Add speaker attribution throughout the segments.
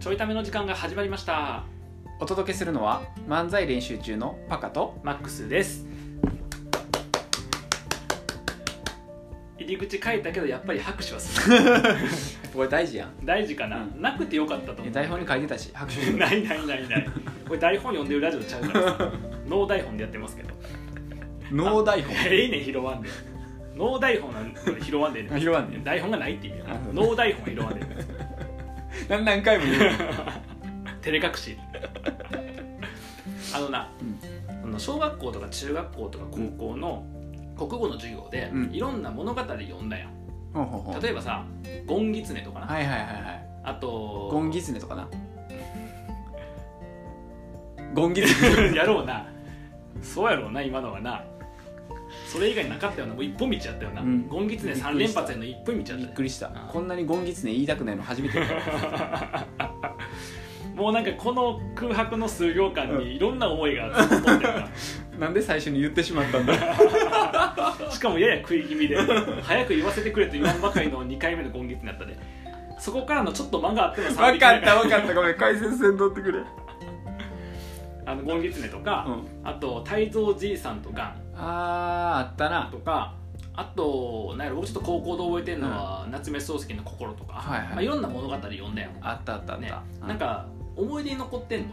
Speaker 1: ちょいための時間が始まりました
Speaker 2: お届けするのは漫才練習中のパカと
Speaker 1: マックスです入り口書いたけどやっぱり拍手はす る
Speaker 2: これ大事やん
Speaker 1: 大事かな、
Speaker 2: うん
Speaker 1: なくてよかったと
Speaker 2: い
Speaker 1: 思
Speaker 2: や
Speaker 1: う
Speaker 2: 台本に書いてたし拍手
Speaker 1: ないないないないこれ台本読んでるラジオちゃうから さノー台本でやってますけど
Speaker 2: ノー台本
Speaker 1: ええねん拾わんでノー台本なん拾わんでええねん
Speaker 2: 拾わんでええねん
Speaker 1: 台本がないって意味よ
Speaker 2: あそう
Speaker 1: ノー台本拾わんでええねん
Speaker 2: 何何回も言う
Speaker 1: 照れ隠しあのな、
Speaker 2: うん
Speaker 1: あの小学校とか中学校とか高校の国語の授業で、
Speaker 2: うん
Speaker 1: いろんな物語読んだやん
Speaker 2: ほうほうほう
Speaker 1: 例えばさ「ゴンギツネ」とかな、
Speaker 2: はいはいはいはい
Speaker 1: あと
Speaker 2: ゴンギツネとかなゴンギ ツネ
Speaker 1: やろうなそうやろうな今のはなそれ以外なかったよなもう一本道やったよな、
Speaker 2: うん
Speaker 1: ゴンギツネ3連発への一本道や
Speaker 2: び
Speaker 1: っ
Speaker 2: ったく
Speaker 1: よ
Speaker 2: りした
Speaker 1: あ
Speaker 2: こんなにゴンギツネ言いたくないの初め て
Speaker 1: もうなんかこの空白の数秒間にいろんな思いが詰まっとったよな
Speaker 2: なんで最初に言ってしまった んだ
Speaker 1: しかもやや食い気味で早く言わせてくれと言わんばかりの2回目の今月になったでそこからのちょっと間があっての3
Speaker 2: 分
Speaker 1: 回
Speaker 2: かっ
Speaker 1: 目
Speaker 2: た分かったごめん解説せんとってくれ、う
Speaker 1: あのゴンギツネとか、
Speaker 2: ん、
Speaker 1: あと泰造じいさんとか
Speaker 2: あーあったな
Speaker 1: とかあとなんやろ僕ちょっと高校で覚えてるのは、夏目漱石の心とか、
Speaker 2: はいはい
Speaker 1: まあ、いろんな物語読んだよ、
Speaker 2: あったあったあった、
Speaker 1: ね、なんか思い出に残ってん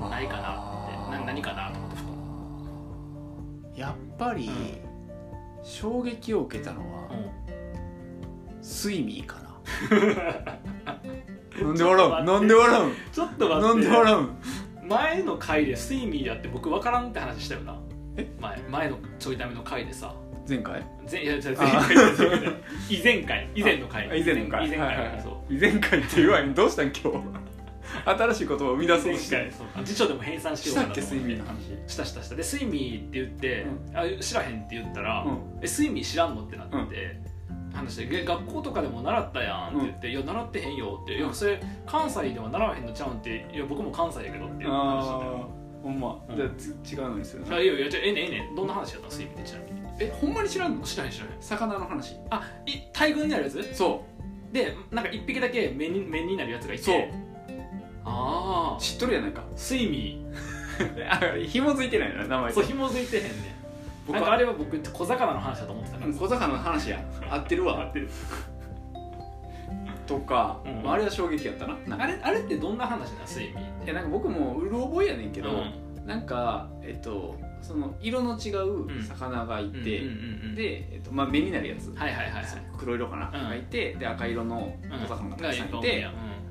Speaker 1: のないかなってな何かなと思ってふ
Speaker 2: とやっぱり、衝撃を受けたの
Speaker 1: う
Speaker 2: は、
Speaker 1: ん
Speaker 2: スイミーかな なんで笑うんなんで笑うん
Speaker 1: ちょっと待
Speaker 2: なん
Speaker 1: っ
Speaker 2: で
Speaker 1: て
Speaker 2: 笑うん
Speaker 1: 前の回でスイミーやって僕分からんって話したよな前前のちょいための回でさ
Speaker 2: 前回
Speaker 1: 前いやじゃあ
Speaker 2: あ
Speaker 1: 前回じゃない以前回以前の回
Speaker 2: あ以前の回
Speaker 1: 以前
Speaker 2: はいはいはい
Speaker 1: そう
Speaker 2: 以前回って言わへんどうしたん今日新しい言葉を生み出そうとし
Speaker 1: 前
Speaker 2: て
Speaker 1: 回そうあ辞書でも編纂しよ
Speaker 2: し
Speaker 1: うか
Speaker 2: た
Speaker 1: なと
Speaker 2: っけ
Speaker 1: 思
Speaker 2: ス
Speaker 1: て
Speaker 2: イミーの話
Speaker 1: したしたしたでスイミーって言って、あ知らへんって言ったら、
Speaker 2: うん
Speaker 1: えスイミー知らんのってなって、話してえ学校とかでも習ったやんって言って、いや習ってへんよって、いやそれ関西では習わへんのちゃうんっていや僕も関西やけどっていう話だった
Speaker 2: あ
Speaker 1: よ
Speaker 2: あほんま、
Speaker 1: うん
Speaker 2: じゃあつ違うのにするな
Speaker 1: あいやいやじゃあええねんええねんどんな話やったのスイミーってちなみに
Speaker 2: えほんまに知らんの
Speaker 1: 知らへん知らへん
Speaker 2: 魚の話
Speaker 1: あい大群になるやつ
Speaker 2: そ
Speaker 1: でなんか一匹だけ目に目になるやつがいて
Speaker 2: そう
Speaker 1: ああ
Speaker 2: う知っとるやない か
Speaker 1: 睡眠
Speaker 2: 紐づいてないな名前
Speaker 1: そう紐づいてへんねん
Speaker 2: 僕
Speaker 1: なん
Speaker 2: は
Speaker 1: かあれは僕小魚の話だと思ってたか
Speaker 2: うん小魚の話や合ってる
Speaker 1: ら
Speaker 2: わ
Speaker 1: ってる
Speaker 2: とか、
Speaker 1: うん
Speaker 2: まあ、あれは衝撃やったななんか
Speaker 1: あれあれってどんな話なの睡眠
Speaker 2: いやなんか僕もうる覚えやねんけ
Speaker 1: け
Speaker 2: ど、なんかえっとその色の違う魚がいて、
Speaker 1: で
Speaker 2: で、えっとまあ、目になるやつ、
Speaker 1: はいはいはいはい
Speaker 2: そう黒色かな、
Speaker 1: うん
Speaker 2: がいてで赤色の小
Speaker 1: う
Speaker 2: 魚
Speaker 1: ん
Speaker 2: がたくさんいて、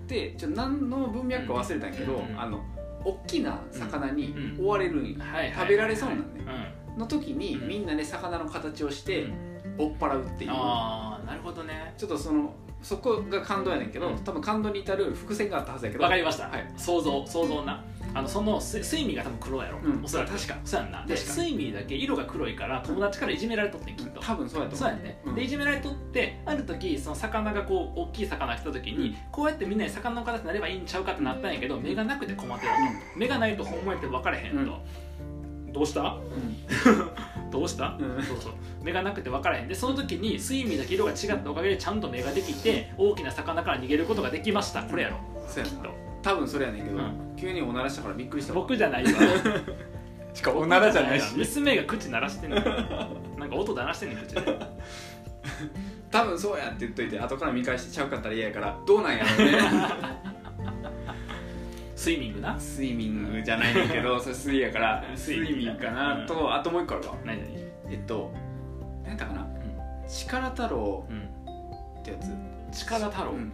Speaker 2: でちょ何の文脈か忘れたんやけど、
Speaker 1: うんうん
Speaker 2: あの大きな魚に
Speaker 1: うん
Speaker 2: 追われるんや、
Speaker 1: はい
Speaker 2: 食べられそうなんね
Speaker 1: ね
Speaker 2: の時に、
Speaker 1: うん
Speaker 2: みんなで魚の形をして、
Speaker 1: うん
Speaker 2: 追っ払うっていう
Speaker 1: ああなるほどね
Speaker 2: ちょっとそのそこが感動やねんけど、
Speaker 1: うん
Speaker 2: 多分感動に至る伏線があったはずやけど
Speaker 1: わかりました
Speaker 2: はい
Speaker 1: 想像想像なあのそのす睡眠が多分黒やろ
Speaker 2: うん
Speaker 1: おそらく確かそうやんなで
Speaker 2: 確か
Speaker 1: 睡眠だけ色が黒いから友達からいじめられとってんきっと
Speaker 2: 多分そうやと思
Speaker 1: そうやね、
Speaker 2: うん
Speaker 1: でいじめられとってある時その魚がこう大きい魚が来た時に、
Speaker 2: うん
Speaker 1: こうやってみんなに魚の形になればいいんちゃうかってなったんやけど目がなくて困ってるわけ目がないとほんまやって分かれへんと、どうしたどうした、
Speaker 2: うん
Speaker 1: そうそう目がなくて分からへんでその時に睡眠だけ色が違ったおかげでちゃんと目ができて大きな魚から逃げることができましたこれやろ
Speaker 2: うんそうや
Speaker 1: きっと
Speaker 2: な多分それやねんけど、
Speaker 1: うん
Speaker 2: 急におならしたからびっくりしたわ
Speaker 1: 僕じゃないわ
Speaker 2: しかもおならじゃないし
Speaker 1: 娘が口鳴らしてんのなんか音鳴らしてんねん口で
Speaker 2: 多分そうやって言っといて後から見返してちゃうかったら嫌やからどうなんやろう ね
Speaker 1: スイミングな
Speaker 2: スイミングじゃないねんけどそれスイやから
Speaker 1: うん
Speaker 2: スイミングかなと、あともう一個あるわ
Speaker 1: 何々
Speaker 2: えっと何やったかな、
Speaker 1: ん
Speaker 2: 力太郎
Speaker 1: うん
Speaker 2: ってやつ
Speaker 1: 力太郎、
Speaker 2: うん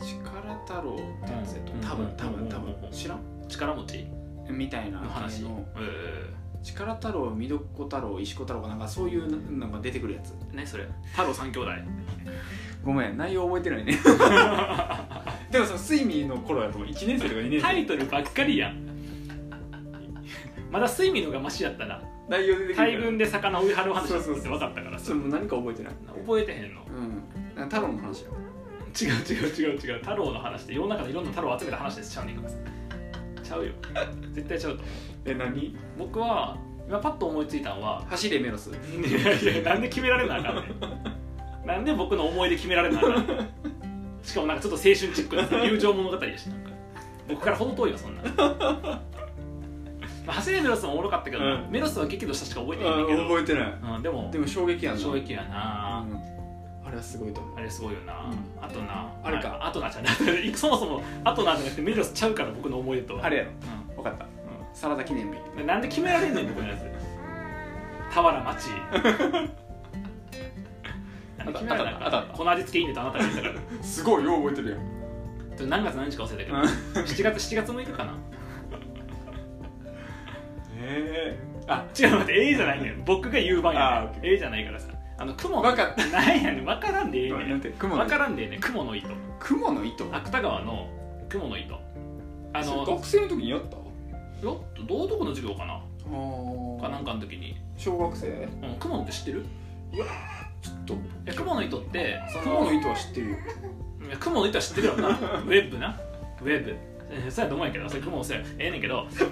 Speaker 2: 力太郎ってやつやと
Speaker 1: うん
Speaker 2: 多分多
Speaker 1: う
Speaker 2: 分
Speaker 1: ん
Speaker 2: 多分知らん
Speaker 1: 力持ち
Speaker 2: みたいな
Speaker 1: の話
Speaker 2: 系の
Speaker 1: え
Speaker 2: 力太郎みどっこ太郎石子太郎かなんかそういうなんか出てくるやつ
Speaker 1: えねそれ太郎三兄弟
Speaker 2: ごめん内容覚えてないね でもさスイミーの頃やと思う1年生とか2年
Speaker 1: タ
Speaker 2: 生
Speaker 1: イトルばっかりや んまだ睡眠のがマシやったな
Speaker 2: 内容出てくる
Speaker 1: 大群で魚追い払う話だって
Speaker 2: そうそうそう
Speaker 1: 分かったから
Speaker 2: そ
Speaker 1: さ
Speaker 2: れもう何か覚えてない
Speaker 1: 覚えてへんの
Speaker 2: うんなんか太郎の話よ
Speaker 1: 違う違う違う違う太郎の話で世の中でいろんな太郎を集めた話ですちゃうねんからさちゃうよ絶対ちゃうと思う
Speaker 2: え何
Speaker 1: 僕は今パッと思いついたのは
Speaker 2: 走れメロス
Speaker 1: いやいやなんで決められなあかんねんなんで僕の思い出決められなあかんねんしかもなんかちょっと青春チックなさ友情物語でしたなんか僕からほど遠いわそんなまあ走れメロスもおもろかったけどな、
Speaker 2: うん
Speaker 1: メロスは激怒したしか覚えてないんだけど、
Speaker 2: 覚えてない
Speaker 1: うん、でも
Speaker 2: でも衝撃やな
Speaker 1: 衝撃やな、
Speaker 2: うんあれはすごいと思う
Speaker 1: あれすごいよな、
Speaker 2: うん
Speaker 1: あとな
Speaker 2: あれか
Speaker 1: あとなじゃない そもそもあとなじゃなくてメロスちゃうから僕の思い出とは
Speaker 2: あれやろ
Speaker 1: う
Speaker 2: 分かったサラダ記念日
Speaker 1: ん、なんで決められんねん僕のやつ俵町なんで決められなか
Speaker 2: あとあとあ
Speaker 1: った
Speaker 2: とあと
Speaker 1: この味付けいいねとあなたに言ったから
Speaker 2: すごいよう覚えてるやん
Speaker 1: ちょっと何月何日か忘れたけど7月7月6日かな
Speaker 2: え
Speaker 1: あ違う待ってええじゃないねん僕が言う番
Speaker 2: あーオ
Speaker 1: や
Speaker 2: ッ
Speaker 1: ね
Speaker 2: ケ
Speaker 1: んええじゃないからさあの雲の
Speaker 2: わかった
Speaker 1: なんやねん分からんでええね
Speaker 2: なん
Speaker 1: ん
Speaker 2: て雲の
Speaker 1: 分
Speaker 2: 糸
Speaker 1: からんでええねん雲の糸
Speaker 2: 雲の糸
Speaker 1: 芥川の雲の糸あ
Speaker 2: それ
Speaker 1: の
Speaker 2: 学生の時にやった
Speaker 1: よ道徳の授業かなか
Speaker 2: あ
Speaker 1: なんかの時に、
Speaker 2: 小学生
Speaker 1: うん、雲の糸知ってる
Speaker 2: ちょっと
Speaker 1: いや雲の糸ってその
Speaker 2: 雲の糸は知ってるよ
Speaker 1: いや雲の糸は知ってるよな ウェブなウェブえそうやと思うんやけどそれ雲のせええねんけど そう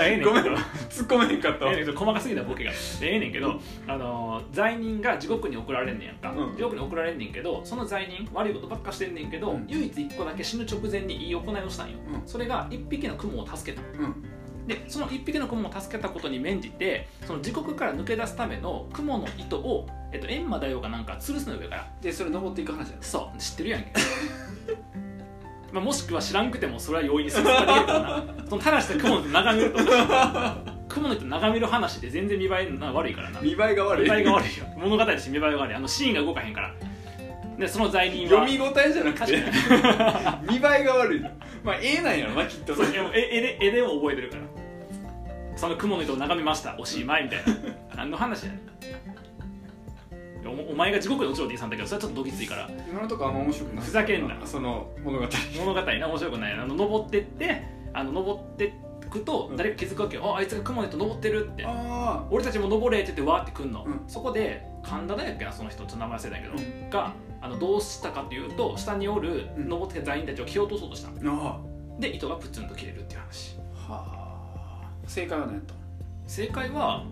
Speaker 1: ええねんけど
Speaker 2: ごめん突っ込めへんかった
Speaker 1: ええねんけど細かすぎたボケがでええねんけど、あのー罪人が地獄に送られんねんやんか、
Speaker 2: うん
Speaker 1: 地獄に送られんねんけどその罪人悪いことばっかしてんねんけど、
Speaker 2: うん
Speaker 1: 唯一一個だけ死ぬ直前にいい行いをしたんよ、
Speaker 2: うん
Speaker 1: それが一匹の雲を助けた
Speaker 2: うん
Speaker 1: でその一匹の雲を助けたことに免じてその地獄から抜け出すための雲の糸を、えっと、閻魔大王かなんか吊るすのよ上から
Speaker 2: でそれ登っていく話やろ
Speaker 1: そう知ってるやんけ まあ、もしくは知らんくてもそれは容易に説明できるからなそのただして雲の糸眺めると雲の糸眺める話って全然見栄えな悪いからな
Speaker 2: 見栄えが悪い
Speaker 1: 見栄えが悪いよ物語として見栄えが悪いあのシーンが動かへんからでその罪人は
Speaker 2: 読み応えじゃなくて見栄えが悪いのまあ絵なんやろなきっと
Speaker 1: そういやもう絵絵で絵でも覚えてるからその雲の糸を眺めましたおしまいみたいな何の話やねんいやおお前が地獄に落ちろって言いそうなんだけどそれはちょっとどぎついから
Speaker 2: 今のとこあんま面白くない
Speaker 1: ふざけんな
Speaker 2: その物語
Speaker 1: 物語な面白くないなあの登ってってあの登ってくと誰か気づくわけよ、ああいつが雲の糸登ってるって
Speaker 2: あ
Speaker 1: 俺たちも登れって言ってわーってくんの、
Speaker 2: うん
Speaker 1: そこで神田大学やその人ちょっと名前忘れたけど、
Speaker 2: う
Speaker 1: があのどうしたかというと下におる
Speaker 2: うん
Speaker 1: 登ってきた罪人たちを蹴落とそうとした
Speaker 2: あは
Speaker 1: で糸がプツンと切れるっていう話
Speaker 2: あ正解は何やった
Speaker 1: 正解は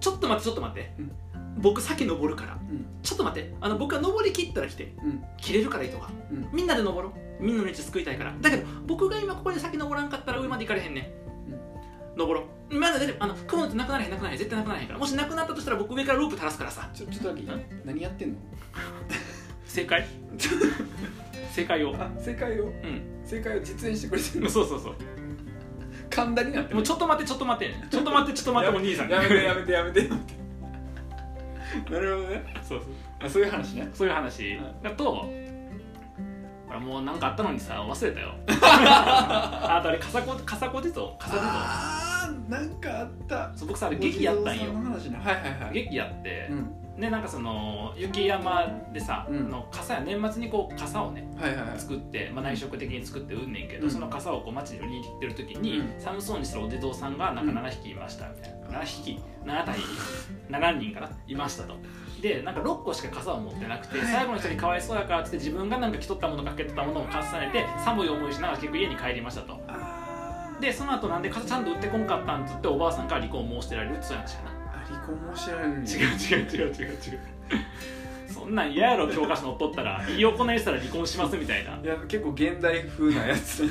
Speaker 1: ちょっと待ってちょっと待って、
Speaker 2: うん
Speaker 1: 僕先登るから、
Speaker 2: ん
Speaker 1: ちょっと待ってあの僕は登り切ったら来て
Speaker 2: うん
Speaker 1: 切れるから糸が、
Speaker 2: うん
Speaker 1: みんなで登ろうみんなの道救いたいからだけど僕が今ここで先登らんかったら上まで行かれへんねん、
Speaker 2: う
Speaker 1: 登ろうまだ大丈夫あの雲ってなくならへんなくならへん絶対なくならへんからもしなくなったとしたら僕上からロープ垂らすからさ
Speaker 2: ちょちょっとだけいい
Speaker 1: ん
Speaker 2: 何やってんの
Speaker 1: 正 解正解を
Speaker 2: あ正解を
Speaker 1: うん
Speaker 2: 正解を実演してく れてるの
Speaker 1: そうそうそう
Speaker 2: 神田になって
Speaker 1: もうちょっと待ってちょっと待ってちょっと待ってちょっと待ってお兄さん
Speaker 2: やめてやめてやめてやめてなるほどね
Speaker 1: そうそう
Speaker 2: あそういう話ね
Speaker 1: そういう話
Speaker 2: はい
Speaker 1: だと、ほらもうなんかあったのにさ忘れ たよあとあれカサコカサコ地蔵カサ地蔵
Speaker 2: あーなんかあった
Speaker 1: そう僕さあれ劇やったんよ
Speaker 2: お地蔵さの話ねはいはいはい
Speaker 1: 劇やって
Speaker 2: う、ん
Speaker 1: でなんかその雪山でさ、
Speaker 2: うん
Speaker 1: の傘や年末にこう傘をね
Speaker 2: はいはいはい
Speaker 1: 作って、まあ、内職的に作って売んねんけど、
Speaker 2: うん
Speaker 1: その傘をこう街に売りに行ってる時に、
Speaker 2: う
Speaker 1: 寒そうにするお地蔵さんがなんか
Speaker 2: うん
Speaker 1: 7匹いましたみたいな7匹7体7人かないましたとでなんか6個しか傘を持ってなくて、
Speaker 2: はい
Speaker 1: 最後の人にかわいそうやからって言って自分がなんか着とったものかけてたものを重ねて寒い思いしながら結局家に帰りましたと
Speaker 2: あー
Speaker 1: でその後なんで傘ちゃんと売ってこんかったんっつっておばあさんから離婚申してられるってそういう話かな
Speaker 2: あ離婚も知ら
Speaker 1: 違
Speaker 2: ん
Speaker 1: う違う違う違う違うそんなん嫌やろ教科書載っとったら言い行いしたら離婚しますみたいない
Speaker 2: や結構現代風なやつ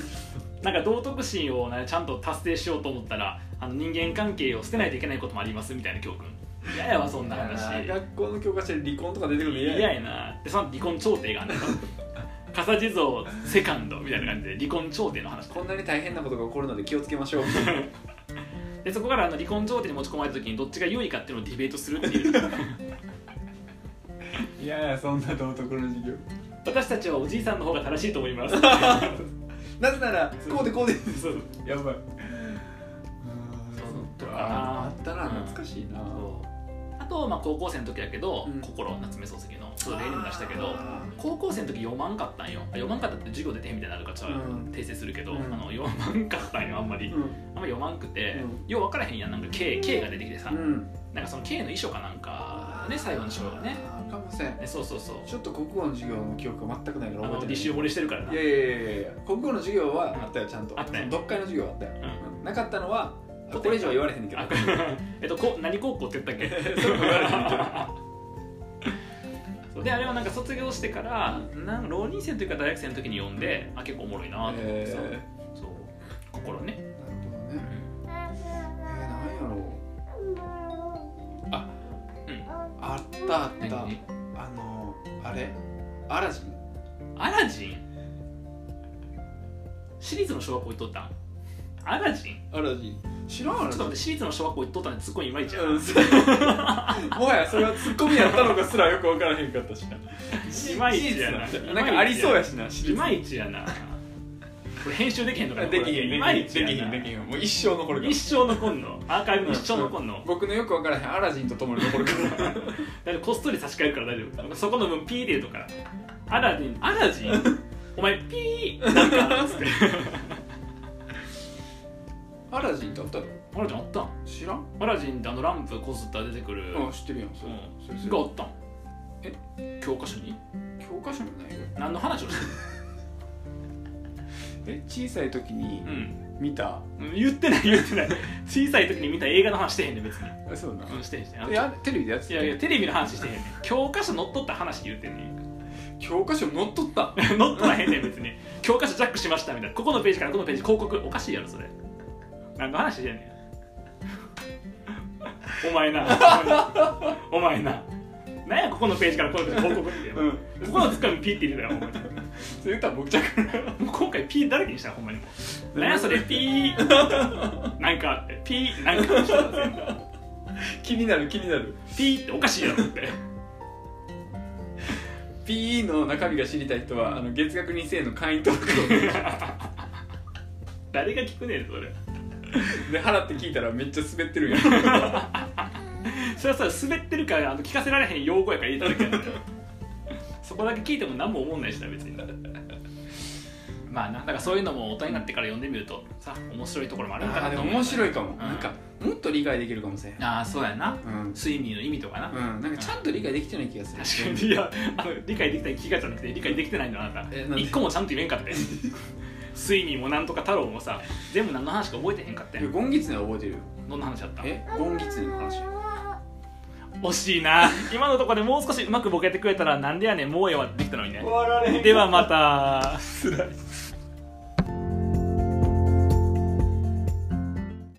Speaker 1: なんか道徳心を、ね、ちゃんと達成しようと思ったらあの人間関係を捨てないといけないこともありますみたいな教訓嫌やわそんな話
Speaker 2: 学校の教科書に離婚とか出てくるの嫌
Speaker 1: 嫌やなでその離婚調停があんねん笠地蔵セカンドみたいな感じで離婚調停の話
Speaker 2: こんなに大変なことが起こるので気をつけま しょう
Speaker 1: でそこからあの離婚調停に持ち込まれた時にどっちが優位かっていうのをディベートするっていう
Speaker 2: いやいやそんな道徳の授業
Speaker 1: 私たちはおじいさんの方が正しいと思い ます
Speaker 2: なぜならこうでこうです
Speaker 1: そう
Speaker 2: やばい
Speaker 1: そうそう
Speaker 2: あーあったな
Speaker 1: うん
Speaker 2: 懐かしいな、
Speaker 1: あと、まあ、高校生の時だけど、
Speaker 2: うん
Speaker 1: 心夏目漱石のちょっと例にも出したけど
Speaker 2: あ
Speaker 1: 高校生の時読まんかったんよあ読まんかったって授業出てみたいになるからちょっと
Speaker 2: うん
Speaker 1: 訂正するけど、
Speaker 2: う
Speaker 1: あ
Speaker 2: ん
Speaker 1: の読まんかったんよあんまり、
Speaker 2: ー
Speaker 1: あんまり読まんくて、
Speaker 2: う
Speaker 1: よう分からへんやんなんか K, K が出てきてさ、
Speaker 2: うん、うん、
Speaker 1: なんかその K の遺書かなんかね最後の章がね
Speaker 2: あーかもせん
Speaker 1: ねそうそうそう
Speaker 2: ちょっと国語の授業の記憶が全くないか
Speaker 1: あ
Speaker 2: ら
Speaker 1: の
Speaker 2: 覚えて
Speaker 1: 履
Speaker 2: ない
Speaker 1: 修漏れしてるからない
Speaker 2: やいやいやいや国語の授業は
Speaker 1: うん
Speaker 2: あったよちゃんと
Speaker 1: あったよ
Speaker 2: その読解の授業はあったよ、
Speaker 1: う
Speaker 2: なかったのはあこれ以上は言われへんねんけど
Speaker 1: あこれえっとこ何高校って言ったっけ
Speaker 2: それも言われへんけど
Speaker 1: そうであれはなんか卒業してからなん浪人生というか大学生の時に読んであ結構おもろいなと思ってさ、
Speaker 2: え
Speaker 1: そう心ね、
Speaker 2: ー、なるほどねえー、なんやろうあ
Speaker 1: うん
Speaker 2: あったあった
Speaker 1: 何
Speaker 2: あのあれアラジン
Speaker 1: アラジン私立の小学校行っとったんアラジン
Speaker 2: アラジン知らんア
Speaker 1: ちょっと待って私立の小学校行っとったんでツッコミいまいちやな
Speaker 2: うんそうもはやそれはツッコミやったのかすらよく分からへんかったしな。
Speaker 1: いまいちやな
Speaker 2: 事実なんかありそうやしな。
Speaker 1: いまいちやなこれ編集できへんのかな
Speaker 2: できひん、
Speaker 1: い
Speaker 2: で
Speaker 1: まい
Speaker 2: き
Speaker 1: ち
Speaker 2: ひ
Speaker 1: や
Speaker 2: ん、できひん、
Speaker 1: な
Speaker 2: できひん。もう一生残るから
Speaker 1: 一。生残んのアーカイブに一生残んの
Speaker 2: 僕のよく分からへんアラジンと共に残るから。
Speaker 1: 大丈夫こっそり差し替えるから大丈夫そこの分ピーで言うとからアラジンアラ ジンお前ピー なんかつって
Speaker 2: アラジンってあったの
Speaker 1: アラジンあったん
Speaker 2: 知らん
Speaker 1: アラジンってあのランプこすったら出てくる
Speaker 2: あ知ってるやん。そうれ
Speaker 1: ん
Speaker 2: それ
Speaker 1: があったん教科書に
Speaker 2: 教科書もないよ。
Speaker 1: 何の話をして
Speaker 2: え、小さい時に
Speaker 1: るうん
Speaker 2: 見た。
Speaker 1: 言ってない言ってない小さい時に見た映画の話してへんねん別に
Speaker 2: あそうな。
Speaker 1: うんしてへんしてへん
Speaker 2: いや、テレビでやって
Speaker 1: い
Speaker 2: た
Speaker 1: やいやテレビの話してへんねん教科書乗っとった話言ってんねん
Speaker 2: 教科書乗っとった。
Speaker 1: 乗っとらへんねん別に教科書ジャックしましたみたいなここのページからこのページ広告おかしいやろそれ何の話してんねん お前な お前ななんやここのページからこのページ広告って、
Speaker 2: うん。
Speaker 1: ここのツッコミピーって言ってたよほんまに
Speaker 2: それ言ったら僕ちゃうから。
Speaker 1: もう今回ピーだらけにしたほんまにもうなんやそれピーなんかあってピーなんかしたら全部
Speaker 2: 気になる、気になる。
Speaker 1: ピーっておかしいやろって
Speaker 2: ピーの中身が知りたい人はあの月額2000円の会員登録
Speaker 1: 誰が聞くねんそれ
Speaker 2: をで払って聞いたらめっちゃ滑ってるんや
Speaker 1: それはさ滑ってるからあの聞かせられへん用語やから言いただけやねんそこだけ聞いても何も思んないしな別にまあなだからそういうのも大人になってから読んでみるとさ面白いところもあるのか
Speaker 2: あ
Speaker 1: な
Speaker 2: で
Speaker 1: と
Speaker 2: も
Speaker 1: 思う
Speaker 2: 面白いかも、
Speaker 1: ん
Speaker 2: なんかもっと理解できるかもしれん
Speaker 1: ああそうやな
Speaker 2: うん、
Speaker 1: 睡眠の意味とかな、
Speaker 2: うん、なんかちゃんと理解できてない気がする
Speaker 1: 確かにいやあの理解できたに気がじゃなくて理解できてないんだあな
Speaker 2: え
Speaker 1: た
Speaker 2: なんで
Speaker 1: 一個もちゃんと言えんか ったよ睡眠もなんとか太郎もさ全部何の話か覚えてへんかった
Speaker 2: いや
Speaker 1: よ
Speaker 2: ゴンギツネは覚えてるよ
Speaker 1: どんな話だった
Speaker 2: えゴンギツネの話
Speaker 1: 惜しいな今のところでもう少しうまくボケてくれたらなんでやねんもうええわってできたのにね
Speaker 2: ら
Speaker 1: ではまた
Speaker 2: つらい